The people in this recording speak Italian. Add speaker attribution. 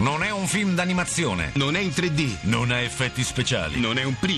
Speaker 1: Non è un film d'animazione.
Speaker 2: Non è in 3D,
Speaker 1: Non ha effetti speciali.
Speaker 2: non è un